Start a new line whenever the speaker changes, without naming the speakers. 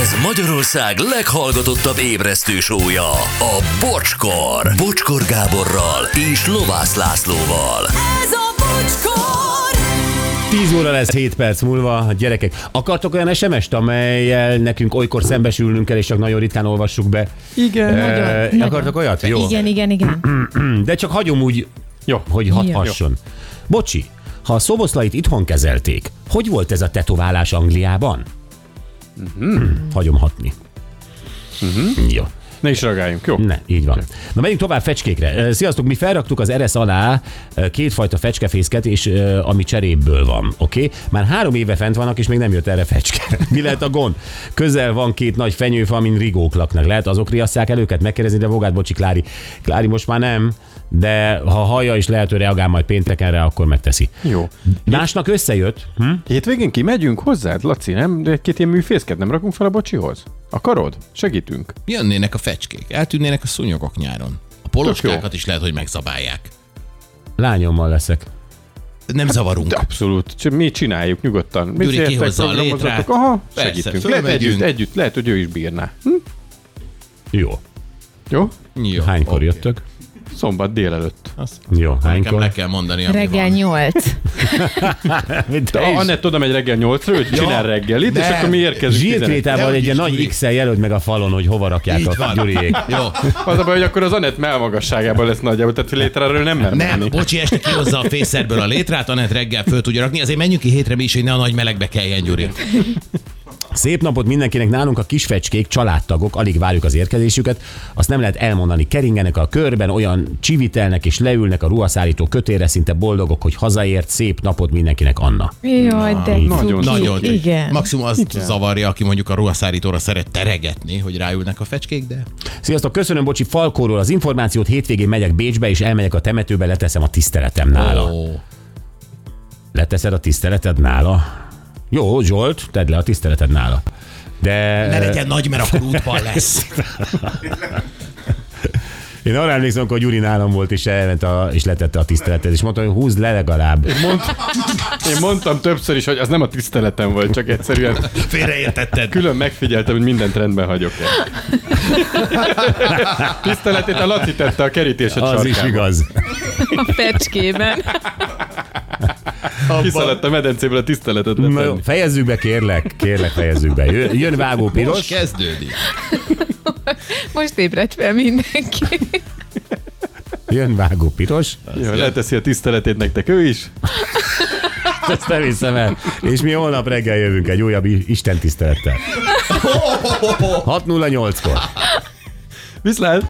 Ez Magyarország leghallgatottabb ébresztő sója, a Bocskor. Bocskor Gáborral és Lovász Lászlóval.
Ez a bocskor!
10 óra lesz 7 perc múlva, a gyerekek. Akartok olyan SMS-t, amelyel nekünk olykor szembesülnünk kell, és csak nagyon ritkán olvassuk be?
Igen.
Ö,
nagyon.
akartok olyat? Jó. Hm,
Igen, igen, igen.
De csak hagyom úgy,
Jó.
hogy hathasson. Bocsi, ha a szoboszlait itthon kezelték, hogy volt ez a tetoválás Angliában? Hm, Hagyom hatni. Jó.
Ne is reagáljunk, jó?
Ne, így van. Na megyünk tovább fecskékre. Ö, Sziasztok, mi felraktuk az eresz alá ö, kétfajta fecskefészket, és ö, ami cserébből van, oké? Okay? Már három éve fent vannak, és még nem jött erre fecske. mi lehet a gond? Közel van két nagy fenyőfa, amin rigók laknak. Lehet azok riasszák el őket? Megkérdezni, de Bogát, bocsi, Klári. Klári most már nem, de ha hallja is lehet, hogy reagál majd pénteken rá, akkor megteszi.
Jó.
Másnak összejött? Hm?
Hétvégén kimegyünk hozzád, Laci, nem? Egy-két ilyen műfészket nem rakunk fel a bocsihoz? Akarod? Segítünk.
Jönnének a fecskék, eltűnnének a szúnyogok nyáron. A poloskákat is lehet, hogy megzabálják.
Lányommal leszek.
Nem zavarunk.
Abszolút. Cs- mi csináljuk nyugodtan. Mit
Gyuri
értek,
kihozza a
programozzatok?
létrát.
Aha,
Persze,
segítünk. Lehet,
fölmegyünk.
együtt, együtt, lehet, hogy ő is bírná. Hm?
Jó.
Jó?
Jó,
Hánykor
oké.
jöttök?
Szombat délelőtt.
Azt
Jó,
nekem
hánykor?
le kell mondani, ami
Reggel
van.
nyolc.
De
Te is.
Anett oda megy reggel 8-ra, hogy csinál reggelit, és
nem.
akkor mi érkezünk. 11.
Zsírkrétával
De
egy ilyen
úgyis,
nagy
Gyuri.
X-el jelöld meg a falon, hogy hova rakják
Így
a
van.
Gyuriék.
Jó.
Az a baj, hogy akkor az Anett melmagasságában lesz nagyjából, tehát létráról nem mer
Nem,
menni.
bocsi, este kihozza a fészerből a létrát, Anett reggel föl tudja rakni, azért menjünk ki hétre mi is, hogy ne a nagy melegbe kelljen, Gyuri.
Szép napot mindenkinek, nálunk a kisfecskék, családtagok, alig várjuk az érkezésüket, azt nem lehet elmondani, keringenek a körben, olyan csivitelnek és leülnek a ruhaszállító kötére, szinte boldogok, hogy hazaért, szép napot mindenkinek, Anna.
Jaj, de
Nagyon
cuki.
Nagyon.
Igen.
Maximum azt zavarja, aki mondjuk a ruhaszárítóra szeret teregetni, hogy ráülnek a fecskék, de...
Sziasztok, köszönöm Bocsi Falkóról az információt, hétvégén megyek Bécsbe, és elmegyek a temetőbe, leteszem a tiszteletem nála.
Ó,
Leteszed a tiszteleted nála? Jó, Zsolt, tedd le a tiszteleted nála. De...
ne legyen nagy, mert akkor útban lesz.
Én arra emlékszem, amikor Gyuri nálam volt, és elment a, és letette a tiszteletet, és mondta, hogy húzd le legalább.
Mond, én mondtam többször is, hogy az nem a tiszteletem volt, csak egyszerűen
Félreértetted.
külön megfigyeltem, hogy mindent rendben hagyok el. Tiszteletét a Laci tette a kerítés a
Az is igaz.
A fecskében.
Kiszaladt a medencéből a tiszteletet
Na jó,
letenni.
fejezzük be, kérlek, kérlek, fejezzük be. Jön, jön vágó
Most
piros.
kezdődik.
Most ébredt fel mindenki.
Jön vágó piros.
Jó, leteszi a tiszteletét nektek ő is.
Ezt nem hiszem el. És mi holnap reggel jövünk egy újabb i- Isten tisztelettel. 6.08-kor.
Viszlát!